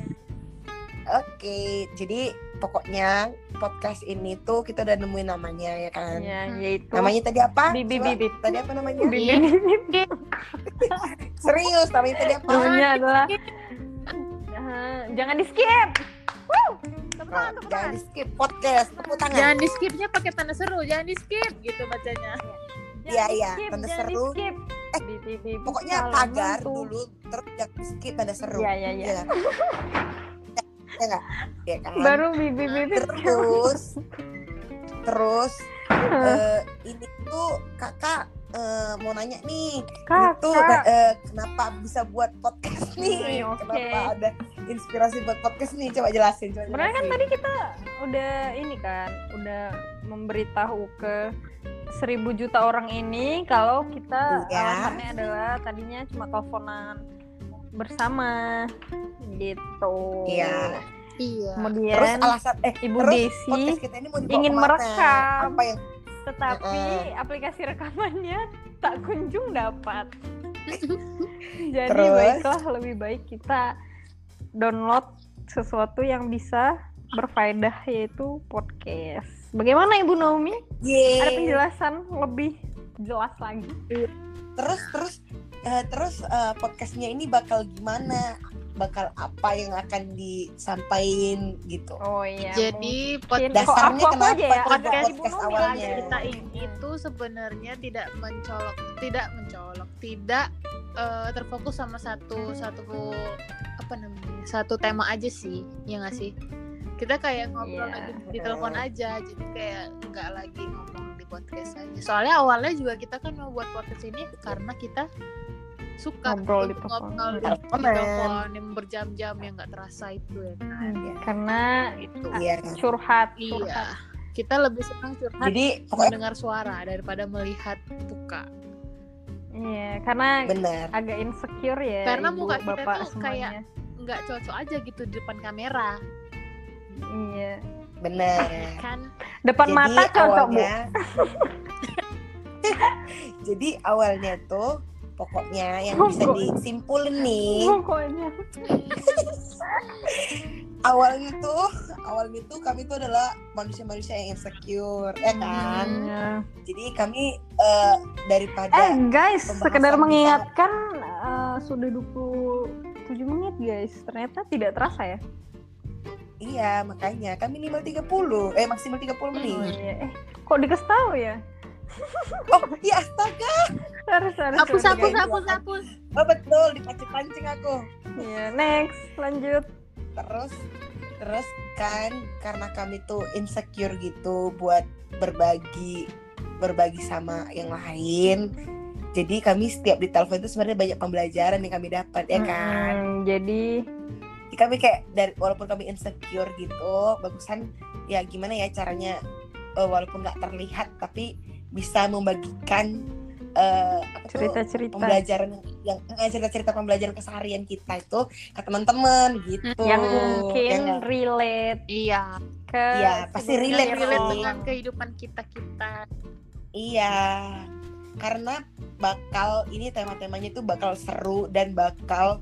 Speaker 1: oke, jadi pokoknya podcast ini tuh kita udah nemuin namanya ya kan.
Speaker 2: Iya, yaitu
Speaker 1: Namanya tadi apa?
Speaker 2: Bibi
Speaker 1: Coba.
Speaker 2: Bibi.
Speaker 1: Tadi apa namanya?
Speaker 2: Bibi Bibi.
Speaker 1: Serius, namanya tadi apa?
Speaker 2: Namanya adalah Eh, jangan di skip. Woo! Tepuk
Speaker 1: Oh,
Speaker 2: tangan,
Speaker 1: jangan
Speaker 2: tepuk tangan.
Speaker 1: di skip podcast tepuk tangan.
Speaker 3: Jangan di skipnya pakai tanda seru, jangan di skip gitu bacanya.
Speaker 1: Iya, iya.
Speaker 2: skip,
Speaker 1: Tanda
Speaker 2: jangan
Speaker 1: seru.
Speaker 2: Di skip.
Speaker 1: Eh,
Speaker 2: Bibi, bibi,
Speaker 1: Pokoknya
Speaker 2: calon
Speaker 1: pagar
Speaker 2: mantu.
Speaker 1: dulu terus jangan di skip ada seru.
Speaker 2: Iya, iya, iya.
Speaker 1: kan? Iya enggak? Iya kan?
Speaker 2: Baru bibi bibi.
Speaker 1: terus terus eh, ini tuh Kakak eh, mau nanya nih, ini
Speaker 2: Kakak.
Speaker 1: tuh eh, kenapa bisa buat podcast nih?
Speaker 2: Hmm, oke.
Speaker 1: Kenapa ada inspirasi buat podcast nih? Coba jelasin, coba
Speaker 2: Sebenarnya kan
Speaker 1: jelasin.
Speaker 2: tadi kita udah ini kan, udah memberitahu ke seribu juta orang ini kalau kita
Speaker 1: Iya.
Speaker 2: alasannya adalah tadinya cuma teleponan bersama gitu.
Speaker 1: Iya.
Speaker 3: Iya.
Speaker 2: Kemudian
Speaker 1: Terus alasan eh
Speaker 2: kan Ibu
Speaker 1: terus
Speaker 2: Desi
Speaker 1: podcast kita ini mau dibawa
Speaker 2: ingin
Speaker 1: kemana?
Speaker 2: merekam.
Speaker 1: Apa yang
Speaker 2: tetapi
Speaker 1: Mm-mm.
Speaker 2: aplikasi rekamannya tak kunjung dapat. Jadi
Speaker 1: Terus?
Speaker 2: baiklah lebih baik kita download sesuatu yang bisa berfaedah yaitu podcast. Bagaimana Ibu Naomi?
Speaker 1: Yeay.
Speaker 2: Ada penjelasan lebih jelas lagi?
Speaker 1: terus terus eh, terus eh, podcastnya ini bakal gimana bakal apa yang akan disampaikan gitu
Speaker 2: Oh iya.
Speaker 1: Ya
Speaker 3: Jadi
Speaker 2: mungkin.
Speaker 3: podcast
Speaker 1: dasarnya
Speaker 2: Kok aku-aku
Speaker 1: kenapa
Speaker 2: aja ya?
Speaker 1: kita
Speaker 2: Podcast
Speaker 1: buat
Speaker 2: Ibu
Speaker 1: podcast
Speaker 2: Nomi
Speaker 1: awalnya?
Speaker 2: lagi
Speaker 3: kita ini itu sebenarnya tidak mencolok, tidak mencolok, tidak eh, terfokus sama satu satu apa namanya satu tema aja sih, ya nggak sih? Kita kayak
Speaker 2: Iya.
Speaker 3: ngobrol lagi di telepon aja, jadi kayak nggak lagi ngomong di podcast aja. Soalnya awalnya juga kita kan mau buat podcast ini karena kita suka
Speaker 2: Ngobrol di
Speaker 3: untuk
Speaker 2: telepon.
Speaker 3: ngobrol di
Speaker 1: Teleponan.
Speaker 3: telepon yang berjam-jam yang nggak terasa itu ya kan?
Speaker 2: Karena
Speaker 3: Itu.
Speaker 1: Iya kan?
Speaker 2: curhat,
Speaker 3: Iya.
Speaker 2: curhat.
Speaker 3: Kita lebih senang curhat
Speaker 1: jadi pokoknya
Speaker 3: mendengar suara daripada melihat muka.
Speaker 2: Iya, karena
Speaker 1: benar
Speaker 2: agak insecure ya.
Speaker 3: Karena
Speaker 2: Ibu,
Speaker 3: muka kita
Speaker 2: Bapak
Speaker 3: tuh kayak-
Speaker 2: semuanya.
Speaker 3: Nggak cocok aja gitu di depan kamera.
Speaker 2: iya.
Speaker 1: benar
Speaker 3: Kan
Speaker 2: Depan
Speaker 1: Jadi
Speaker 2: mata cocok, Bu.
Speaker 1: awalnya, *laughs* jadi awalnya tuh
Speaker 2: Oh,
Speaker 1: pokoknya yang bisa
Speaker 2: Pokok-
Speaker 1: disimpulin nih
Speaker 2: Pokoknya.
Speaker 1: awalnya tuh awalnya tuh kami tuh adalah manusia-manusia yang insecure ya kan jadi kami eh,
Speaker 2: Hmm. Eh
Speaker 1: daripada
Speaker 2: guys,
Speaker 1: pembahasan
Speaker 2: sekedar
Speaker 1: kita.
Speaker 2: mengingatkan eh, sudah 27 menit guys. Ternyata tidak terasa ya.
Speaker 1: iya makanya kami minimal 30 eh maksimal 30
Speaker 2: Oh,
Speaker 1: menit
Speaker 2: iya. Eh, kok dikasih tahu ya? Hmm.
Speaker 1: oh iya astaga
Speaker 2: Harus harus.
Speaker 3: Hapus,
Speaker 2: harus.
Speaker 3: hapus, hapus, hapus.
Speaker 1: oh betul dipancing-pancing aku
Speaker 2: Iya, next, lanjut.
Speaker 1: terus terus kan karena kami tuh insecure gitu buat berbagi berbagi sama yang lain jadi kami setiap ditelepon itu sebenarnya banyak pembelajaran yang kami dapat ya kan
Speaker 2: Mm, jadi
Speaker 1: Jadi kami kayak dari walaupun kami insecure gitu bagusan ya gimana ya caranya eh, walaupun nggak terlihat tapi bisa membagikan eh, apa tuh,
Speaker 2: cerita-cerita
Speaker 1: pembelajaran yang eh, cerita-cerita pembelajaran keseharian kita itu ke teman-teman gitu
Speaker 2: yang
Speaker 1: Ya
Speaker 2: mungkin
Speaker 1: nggak?
Speaker 2: relate
Speaker 3: Iya.
Speaker 2: ke
Speaker 1: Iya, pasti
Speaker 2: sebuah
Speaker 1: relate
Speaker 3: Yang
Speaker 1: sih.
Speaker 3: relate
Speaker 2: orang.
Speaker 3: dengan kehidupan kita kita.
Speaker 1: Iya, karena bakal ini tema-temanya itu bakal seru dan bakal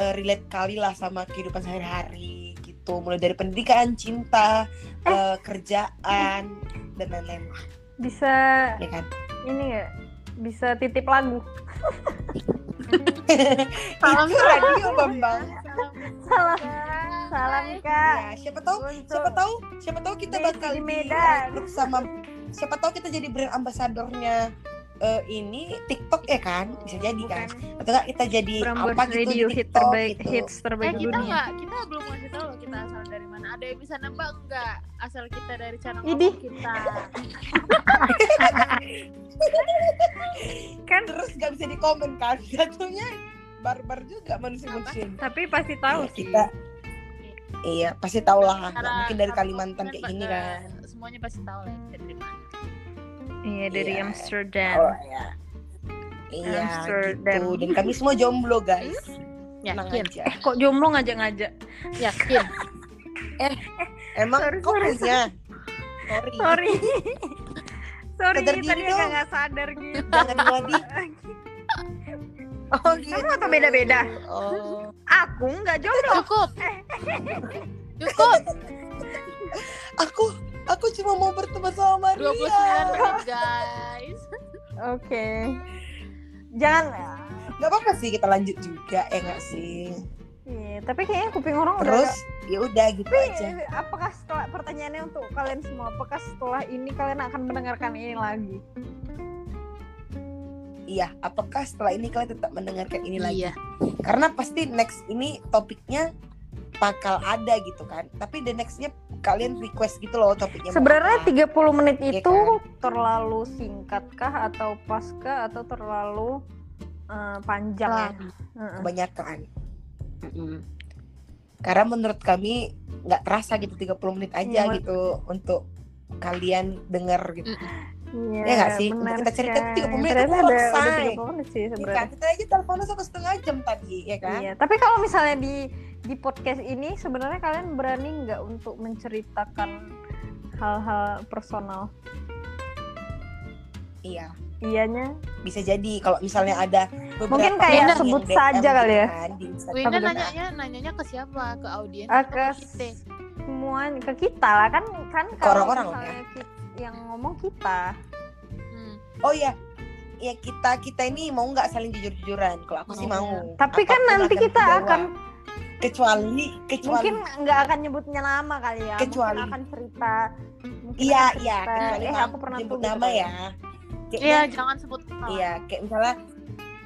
Speaker 1: eh, relate kali lah sama kehidupan sehari-hari gitu. Mulai dari pendidikan, cinta, eh, kerjaan dan lain-lain lah,
Speaker 2: bisa
Speaker 1: ya kan?
Speaker 2: ini nggak bisa titip lagu
Speaker 1: itu radio bambang.
Speaker 3: Ah,
Speaker 1: *laughs*
Speaker 2: salam salam
Speaker 3: Eh,
Speaker 1: Ya,
Speaker 2: kak
Speaker 1: siapa tahu,
Speaker 2: Untuk-
Speaker 1: siapa tahu, siapa tahu kita
Speaker 2: Messi
Speaker 1: bakal
Speaker 2: di
Speaker 1: di-
Speaker 2: Medan.
Speaker 1: grup sama. Siapa tahu kita jadi brand ambasadornya eh, ini TikTok ya kan? Bisa jadi kan?
Speaker 2: Bukan.
Speaker 1: Atau enggak kita jadi
Speaker 11: Prambors
Speaker 1: apa gitu di
Speaker 11: Radio hit
Speaker 1: TikTok
Speaker 11: terbaik
Speaker 1: gitu.
Speaker 11: hits
Speaker 3: Eh
Speaker 11: terbaik
Speaker 3: kita
Speaker 2: ya.
Speaker 11: dunia.
Speaker 3: nggak, kita belum ngasih tahu loh kita asal dari mana. Ada yang bisa nembak nggak asal kita dari channel
Speaker 2: Ini.
Speaker 3: ngomong kita?
Speaker 11: Kan
Speaker 1: terus gak bisa dikomen kan *laughs* jatuhnya barbar juga manusia-manusia ini.
Speaker 11: tapi pasti tahu
Speaker 1: Iya,
Speaker 11: sih.
Speaker 1: kita iya pasti tau lah nggak
Speaker 3: Cara-
Speaker 1: mungkin dari
Speaker 3: cara
Speaker 1: Kalimantan
Speaker 3: ngomong
Speaker 1: kayak
Speaker 3: kan
Speaker 1: gini
Speaker 3: pada-
Speaker 1: kan
Speaker 3: Semuanya pasti tahu lah ya, dari mana.
Speaker 11: Iya dari
Speaker 1: Iya.
Speaker 11: Amsterdam.
Speaker 1: oh ya iya
Speaker 11: Amsterdam.
Speaker 1: gitu dan kami semua jomblo guys
Speaker 3: Hmm?
Speaker 1: tenang
Speaker 3: Yakin,
Speaker 1: aja
Speaker 11: Eh kok jomblo ngajak-ngajak?
Speaker 3: Iya. yakin.
Speaker 1: emang
Speaker 2: Sorry,
Speaker 1: kok
Speaker 2: sorry,
Speaker 1: punya sorry, *laughs*
Speaker 2: sorry sorry
Speaker 1: Sadar diri
Speaker 2: tadi agak
Speaker 1: dong.
Speaker 2: nggak sadar gitu *laughs*
Speaker 1: jangan wadi oh gitu
Speaker 2: Kamu atau beda-beda?
Speaker 1: oh
Speaker 2: aku nggak jomblo
Speaker 3: Cukup.
Speaker 1: *laughs*
Speaker 3: Cukup.
Speaker 1: aku aku cuma mau berteman sama Maria
Speaker 3: 29 menit guys.
Speaker 2: oke jangan
Speaker 1: nggak apa-apa sih kita lanjut juga ya nggak sih
Speaker 2: Iya, tapi kayaknya kuping orang udah
Speaker 1: terus ya udah gitu aja
Speaker 2: Eh, apakah setelah pertanyaannya untuk kalian semua apakah setelah ini kalian akan mendengarkan ini lagi
Speaker 1: Iya, apakah setelah ini kalian tetap mendengarkan ini lagi?
Speaker 3: Iya.
Speaker 1: Karena pasti next ini topiknya bakal ada gitu kan. Tapi the nextnya kalian request gitu loh topiknya. mau
Speaker 2: sebenarnya
Speaker 1: apa.
Speaker 2: 30 menit
Speaker 1: Iya
Speaker 2: itu terlalu singkat kah atau pas kah atau terlalu eh, panjang ya Heeh.
Speaker 1: kebanyakan. Mm-mm. Karena menurut kami nggak terasa gitu 30 menit aja
Speaker 2: Iya,
Speaker 1: gitu untuk kalian denger gitu.
Speaker 2: Iya,
Speaker 1: Iya nggak sih? Untuk
Speaker 2: benar
Speaker 1: kita cerita
Speaker 2: sekali.
Speaker 1: 30 menit
Speaker 2: Ternyata
Speaker 1: itu
Speaker 2: ada,
Speaker 1: selesai.
Speaker 2: ada 30 menit sih
Speaker 1: Iya kan?
Speaker 2: sebenarnya.
Speaker 1: Kita aja teleponnya satu setengah jam tadi, ya kan?
Speaker 2: Iya, tapi kalau misalnya di di podcast ini sebenarnya kalian berani nggak untuk menceritakan hal-hal personal?
Speaker 1: Iya.
Speaker 2: Iyanya
Speaker 1: Bisa jadi kalau misalnya ada beberapa
Speaker 2: Mungkin kayak
Speaker 1: yang
Speaker 2: sebut
Speaker 1: DM
Speaker 2: saja
Speaker 1: gitu
Speaker 2: kali ya.
Speaker 1: kan di Instagram.
Speaker 3: Winda
Speaker 2: benar?
Speaker 3: nanyanya, nanyanya ke siapa? Ke audiens
Speaker 2: Ah,
Speaker 3: atau
Speaker 2: ke
Speaker 3: ke kita?
Speaker 2: semua ke kita lah kan kan
Speaker 1: Ke
Speaker 2: kalau
Speaker 1: orang-orang lah ya.
Speaker 2: misalnya ki- yang ngomong kita.
Speaker 3: Hmm.
Speaker 1: Oh ya, ya kita kita ini mau nggak saling jujur-jujuran? Kalau aku sih
Speaker 3: Mau.
Speaker 1: mau.
Speaker 2: Tapi kan
Speaker 1: Apapun
Speaker 2: nanti kita
Speaker 1: dibawa.
Speaker 2: akan
Speaker 1: kecuali kecuali
Speaker 2: mungkin nggak akan nyebutnya nama kali ya.
Speaker 1: Kecuali.
Speaker 2: mungkin akan cerita. mungkin
Speaker 1: iya iya
Speaker 2: akan cerita,
Speaker 1: kecuali
Speaker 2: eh,
Speaker 1: mau
Speaker 2: aku pernah
Speaker 1: nyebut
Speaker 2: tuh gitu
Speaker 1: nama
Speaker 2: kali.
Speaker 1: ya. Kayaknya,
Speaker 3: Iya, jangan sebut nama.
Speaker 1: iya kayak misalnya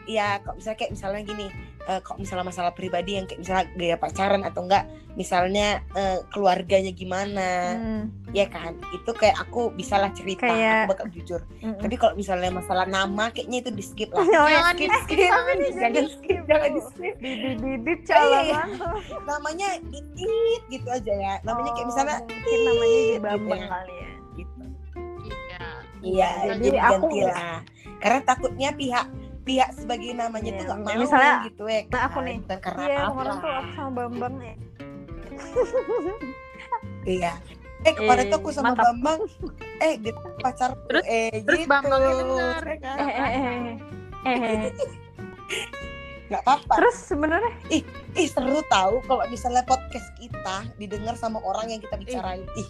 Speaker 1: iya kalau misalnya kayak misalnya gini eh kalau misalnya masalah pribadi yang kayak misalnya gaya pacaran atau enggak misalnya eh, keluarganya gimana
Speaker 2: Hmm,
Speaker 1: ya kan itu kayak aku bisalah cerita
Speaker 2: Kayak-
Speaker 1: aku bakal jujur
Speaker 2: mm-mm. *laughs*
Speaker 1: tapi kalau misalnya masalah nama kayaknya itu di skip lah
Speaker 2: Oh, ya,
Speaker 3: Jangan
Speaker 2: skip,
Speaker 3: di-
Speaker 2: skip.
Speaker 3: jangan
Speaker 2: Tapi dia
Speaker 1: jangan
Speaker 2: di
Speaker 1: skip jangan di skip
Speaker 2: Di di di di
Speaker 1: Iya, iya.
Speaker 2: calon tuh.
Speaker 1: namanya itit gitu aja ya namanya kayak
Speaker 2: Oh,
Speaker 1: misalnya
Speaker 2: mungkin namanya di
Speaker 1: Tit,
Speaker 2: Bambang
Speaker 1: gitu ya.
Speaker 2: kali ya.
Speaker 1: gitu.
Speaker 3: Iya.
Speaker 1: iya
Speaker 2: Jadi
Speaker 1: jadi,
Speaker 2: aku-
Speaker 1: ganti lah karena takutnya pihak pihak sebagai namanya
Speaker 2: Iya,
Speaker 1: tuh nggak
Speaker 2: kayak
Speaker 1: mau
Speaker 2: misalnya,
Speaker 1: gitu ya
Speaker 2: nah, aku
Speaker 1: kan.
Speaker 2: nih.
Speaker 1: bukan karena
Speaker 2: Iya,
Speaker 1: apa
Speaker 2: kemarin tuh aku sama Bambang ya.
Speaker 1: iya eh kemarin
Speaker 2: Eh,
Speaker 1: tuh aku sama
Speaker 2: mantap.
Speaker 1: Bambang eh dia tuh pacar
Speaker 3: Terus-
Speaker 1: eh
Speaker 3: terus
Speaker 1: gitu eh,
Speaker 3: Bambangnya denger.
Speaker 1: Ya kan?
Speaker 2: Eh, eh, eh, eh. Eh, eh.
Speaker 1: nggak apa-apa
Speaker 2: Terus sebenarnya
Speaker 1: ih seru tahu kalau misalnya podcast kita didengar sama orang yang kita bicarain ih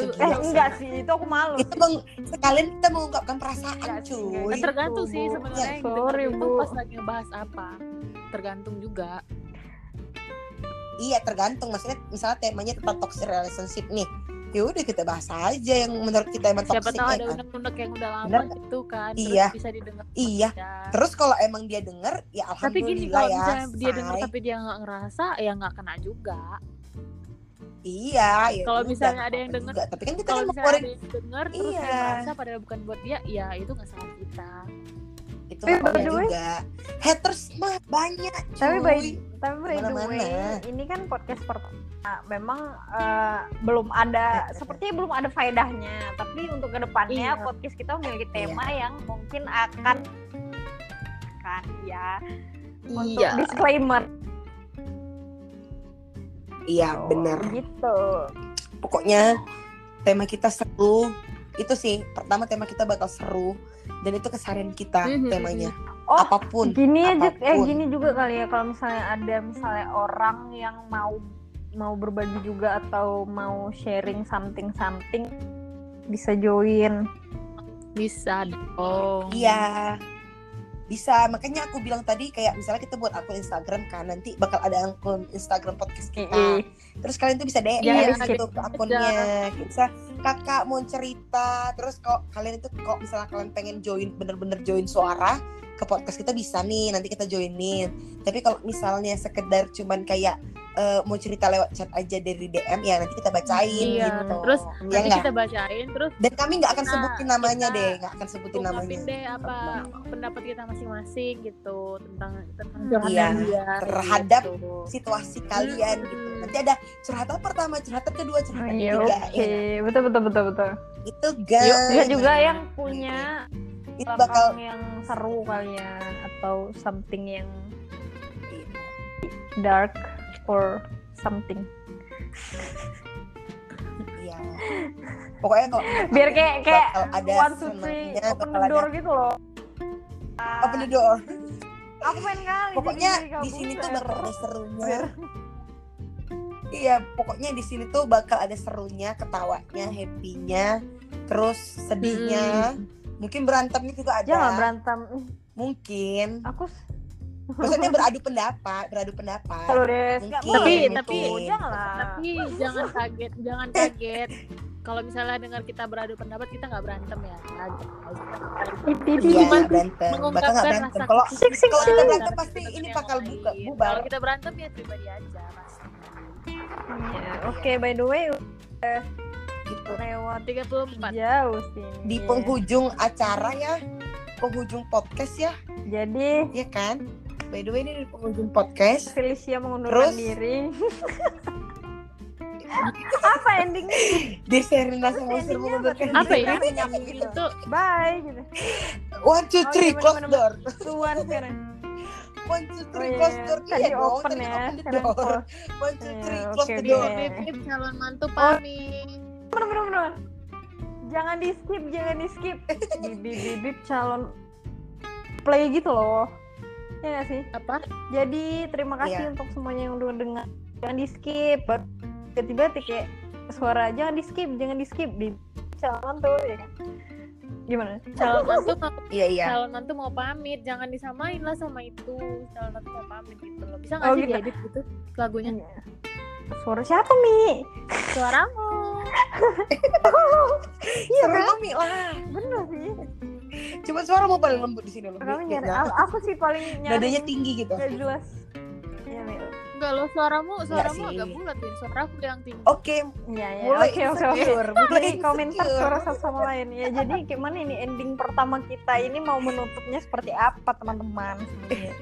Speaker 1: Itu
Speaker 2: eh
Speaker 1: Iya,
Speaker 2: enggak sih itu aku malu.
Speaker 1: itu meng sekalian kita mengungkapkan perasaan
Speaker 2: Enggak Iya sih,
Speaker 1: cuy
Speaker 2: enggak.
Speaker 3: tergantung
Speaker 2: Bu.
Speaker 3: sih sebenarnya yang
Speaker 2: Sorry,
Speaker 3: dengerin itu
Speaker 2: Bu.
Speaker 3: pas lagi ngebahas apa tergantung juga
Speaker 1: iya tergantung maksudnya misalnya temanya tentang toxic relationship nih ya udah kita bahas aja yang menurut kita emang
Speaker 3: siapa
Speaker 1: toxic ya
Speaker 3: tahu ada
Speaker 1: kan?
Speaker 3: unek-unek yang udah lama
Speaker 1: Bener
Speaker 3: gitu kan
Speaker 1: Iya.
Speaker 3: terus bisa didengar sama
Speaker 1: Iya.
Speaker 3: dia.
Speaker 1: terus kalau emang dia denger ya
Speaker 3: tapi gini
Speaker 1: alhamdulillah
Speaker 3: kalau
Speaker 1: ya
Speaker 3: misalnya dia dengar
Speaker 1: say.
Speaker 3: tapi dia nggak ngerasa ya nggak kena juga
Speaker 1: iya ya
Speaker 3: Kalau
Speaker 1: udah,
Speaker 3: misalnya
Speaker 1: nggak
Speaker 3: ada yang
Speaker 1: apa-apa
Speaker 3: denger,
Speaker 1: juga. tapi kan kita
Speaker 3: kalau
Speaker 1: kan
Speaker 3: misalnya
Speaker 1: ngeluarin
Speaker 3: ada yang denger terus dia
Speaker 1: Iya.
Speaker 3: ngerasa padahal bukan buat dia ya itu nggak salah kita
Speaker 1: itu
Speaker 2: Eh,
Speaker 1: nggak apa-apa
Speaker 2: by the way.
Speaker 1: juga haters mah banyak cuy
Speaker 2: Tapi by, tapi by the
Speaker 1: Kemana-mana.
Speaker 2: way, ini kan podcast pertama. Memang eh, belum
Speaker 1: eh,
Speaker 2: ada, sepertinya belum ada faedahnya. Tapi untuk kedepannya
Speaker 3: Iya.
Speaker 2: podcast kita memiliki tema yang mungkin akan kan ya untuk disclaimer
Speaker 1: iya benar
Speaker 2: gitu
Speaker 1: pokoknya tema kita seru itu sih pertama tema kita bakal seru dan itu keseharian kita
Speaker 3: Mhm.
Speaker 1: temanya
Speaker 2: Oh,
Speaker 1: apapun
Speaker 2: gini aja eh
Speaker 1: apapun.
Speaker 2: gini juga kali ya kalau misalnya ada misalnya orang yang mau mau berbagi juga atau mau sharing something something bisa join
Speaker 3: bisa dong
Speaker 1: Iya. Bisa, makanya aku bilang tadi kayak misalnya kita buat akun Instagram kan, nanti bakal ada akun Instagram podcast kita.
Speaker 2: Ih,
Speaker 1: Terus kalian tuh bisa DM
Speaker 3: Iya,
Speaker 1: gitu ke akunnya. Kayak Bisa kakak mau cerita, terus kok kalian itu kok misalnya kalian pengen join bener-bener join suara ke podcast kita bisa nih, nanti kita joinin. Tapi kalau misalnya sekedar cuman kayak eh, mau cerita lewat chat aja dari DM ya nanti kita bacain
Speaker 3: Iya,
Speaker 1: gitu.
Speaker 3: terus
Speaker 1: ya
Speaker 3: nanti
Speaker 1: nggak?
Speaker 3: kita bacain terus
Speaker 1: Dan kami nggak akan
Speaker 3: Nah,
Speaker 1: sebutin namanya
Speaker 3: kita
Speaker 1: deh, nggak akan sebutin namanya.
Speaker 3: ungkapin deh apa pendapat kita masing-masing gitu tentang tentang
Speaker 2: Iya,
Speaker 3: curhatan dia
Speaker 1: terhadap
Speaker 3: gitu.
Speaker 1: situasi kalian gitu. Nanti ada curhatan pertama, curhatan kedua, curhatan
Speaker 2: iya,
Speaker 1: ketiga.
Speaker 2: oke
Speaker 1: ya.
Speaker 2: betul betul betul betul
Speaker 1: Itu
Speaker 2: Yuk,
Speaker 1: guys.
Speaker 2: bisa juga yang punya
Speaker 1: itu Iya,
Speaker 2: belakang
Speaker 1: bakal
Speaker 2: yang seru kalian atau something yang dark or something
Speaker 1: iya. Pokoknya kalau
Speaker 2: biar kayak kayak
Speaker 1: Bakal ada
Speaker 2: one two three
Speaker 1: senangnya,
Speaker 2: open
Speaker 1: bakal
Speaker 2: the
Speaker 1: ada-
Speaker 2: door gitu loh
Speaker 1: open the door.
Speaker 2: aku pengen kali jadi
Speaker 1: Pokoknya
Speaker 2: diri kamu
Speaker 1: di sini tuh
Speaker 2: share.
Speaker 1: bakal ada serunya. Iya, pokoknya di sini tuh bakal ada serunya, ketawanya, happy-nya, terus sedihnya. Mungkin berantemnya juga ada.
Speaker 2: jangan berantem
Speaker 1: Mungkin.
Speaker 2: aku s-
Speaker 1: Maksudnya beradu pendapat, beradu pendapat.
Speaker 2: kalau deh nggak
Speaker 1: Mungkin.
Speaker 2: boleh
Speaker 3: Tapi- tapi-
Speaker 2: gitu. jangan lah
Speaker 3: tapi jangan kaget jangan kaget kalau misalnya dengar kita beradu pendapat kita nggak berantem ya
Speaker 1: Iya,
Speaker 3: Cuman
Speaker 1: berantem. Bakal Eh, nggak
Speaker 3: mengungkapkan
Speaker 1: berantem.
Speaker 3: rasa
Speaker 1: Kalau
Speaker 2: Sik, sik,
Speaker 1: kalau kita
Speaker 2: sik.
Speaker 3: kesal
Speaker 1: berantem
Speaker 3: terhadap
Speaker 1: pasti
Speaker 3: satu
Speaker 1: ini
Speaker 3: dengan
Speaker 1: bakal
Speaker 3: yang
Speaker 1: buka
Speaker 3: lain.
Speaker 1: bubar.
Speaker 3: kalau kita berantem ya pribadi aja pasti
Speaker 2: Ya, oke by the way
Speaker 1: Gitu.
Speaker 2: lewat
Speaker 1: Iya.
Speaker 3: 34
Speaker 2: jauh sih ini.
Speaker 1: Di penghujung acara ya, penghujung podcast ya,
Speaker 2: jadi
Speaker 1: ya kan? By the way ini di penghujung podcast.
Speaker 2: Felicia mengundurkan
Speaker 1: Terus? *laughs*
Speaker 2: diri apa endingnya
Speaker 1: Di Serena sama kan. Usir
Speaker 2: Endingnya
Speaker 1: mengundurkan
Speaker 2: apa?
Speaker 3: apa
Speaker 1: diri.
Speaker 3: ya
Speaker 2: Nyambung.
Speaker 3: itu
Speaker 2: bye gitu
Speaker 1: One, two,
Speaker 2: Oh,
Speaker 1: three,
Speaker 2: iya,
Speaker 1: close
Speaker 2: bener-bener.
Speaker 1: door.
Speaker 2: tuan
Speaker 1: *laughs*
Speaker 2: sekarang
Speaker 1: One, two,
Speaker 2: oh
Speaker 1: three,
Speaker 2: iya
Speaker 1: close door.
Speaker 2: tadi
Speaker 1: Iya dong,
Speaker 2: open
Speaker 1: tadi
Speaker 2: ya
Speaker 1: open the
Speaker 2: sekarang
Speaker 1: door.
Speaker 2: close.
Speaker 1: One, two,
Speaker 2: Iya,
Speaker 1: three,
Speaker 2: oke,
Speaker 1: close the
Speaker 2: oke.
Speaker 1: door.
Speaker 3: Bip, calon mantu pamit
Speaker 2: bener bener bener jangan di skip jangan di
Speaker 1: *laughs*
Speaker 2: skip bip bip, bip, bip, calon play gitu loh ya gak sih
Speaker 3: apa
Speaker 2: jadi terima kasih untuk semuanya yang udah dengar jangan di skip Baru tiba-tiba kayak suara jangan di skip jangan di skip bip calon tuh ya kan gimana
Speaker 3: calon mantu mau-
Speaker 1: Iya, iya.
Speaker 3: calon mantu mau pamit jangan disamain lah sama itu calon mantu mau pamit gitu loh bisa nggak
Speaker 2: Oh,
Speaker 3: sih
Speaker 2: gitu.
Speaker 3: diedit gitu lagunya
Speaker 2: Iya. suara siapa mi
Speaker 3: suaramu
Speaker 2: iya
Speaker 1: Seru
Speaker 2: kan Iya,
Speaker 1: Mami lah.
Speaker 2: bener sih
Speaker 1: Cuma suara mau paling lembut di sini loh.
Speaker 2: kamu
Speaker 1: Dikit
Speaker 2: nyari
Speaker 1: lah.
Speaker 2: a- aku sih paling nyari
Speaker 1: Dadanya tinggi gitu.
Speaker 2: nggak jelas Iya, Mi.
Speaker 3: enggak loh suaramu suaramu
Speaker 1: sih. Oh,
Speaker 3: agak bulat ya suara aku yang tinggi
Speaker 1: Oke,
Speaker 2: Iya, ya.
Speaker 1: Mulai
Speaker 2: Oke, oke, oke.
Speaker 1: insecure, mulai
Speaker 2: Mulai komentar
Speaker 1: insecure.
Speaker 2: suara satu sama lain. Ya, jadi gimana ini ending pertama kita ini mau menutupnya seperti apa, teman-teman? sebenarnya?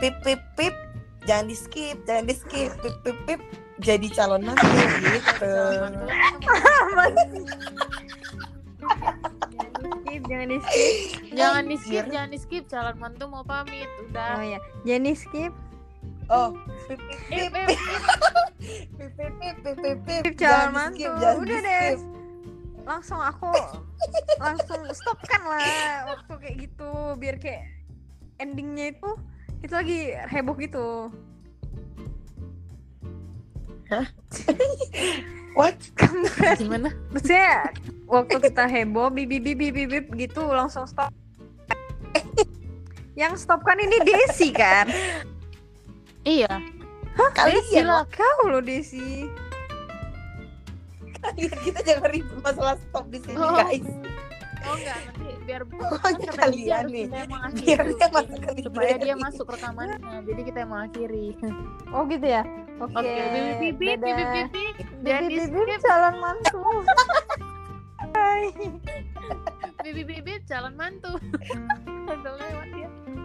Speaker 1: pip pip pip jangan di skip jangan di skip pip pip pip jadi calon mantu gitu
Speaker 3: calon mantu
Speaker 2: Skip, jangan di skip.
Speaker 1: Iya.
Speaker 3: jangan di skip
Speaker 1: Anjir.
Speaker 3: jangan di skip calon mantu mau pamit
Speaker 2: Oh
Speaker 3: udah
Speaker 2: ya, jangan di skip.
Speaker 1: oh pip pip
Speaker 3: Eh,
Speaker 1: pip
Speaker 3: eh,
Speaker 1: pip pip pip pip pip pip
Speaker 2: Skip
Speaker 1: jangan
Speaker 2: jalan
Speaker 1: di
Speaker 2: mantu.
Speaker 1: skip jangan di
Speaker 2: Udah deh.
Speaker 1: skip
Speaker 2: Langsung aku langsung stopkan lah waktu kayak gitu biar kayak endingnya itu Itu lagi heboh gitu.
Speaker 1: What?
Speaker 2: Kamu
Speaker 3: Gimana?
Speaker 2: Maksudnya waktu kita heboh bip bip bip bip bip gitu langsung stop. Yang stop kan ini Desi kan?
Speaker 3: Iya.
Speaker 12: Oh iya,
Speaker 1: Kalian,
Speaker 3: Gila.
Speaker 2: Kau loh Desi.
Speaker 1: kalian *laughs* kita jangan ribut masalah stop di sini
Speaker 3: Oh.
Speaker 1: guys.
Speaker 3: Oh enggak, nanti biar
Speaker 1: Pokoknya
Speaker 3: sampai
Speaker 1: kalian nih. Biar dia masuk ke lidah.
Speaker 3: supaya dia masuk rekamannya. Jadi kita yang mengakhiri.
Speaker 12: Oh gitu ya? Oke.
Speaker 3: Oke, bibi bibi
Speaker 12: dadah.
Speaker 3: bibi bibi.
Speaker 12: Bibi,
Speaker 3: Jadi
Speaker 12: bibi, calon mantu. Hai.
Speaker 3: bibi bibi jalan mantu. *laughs* Udah lewat ya.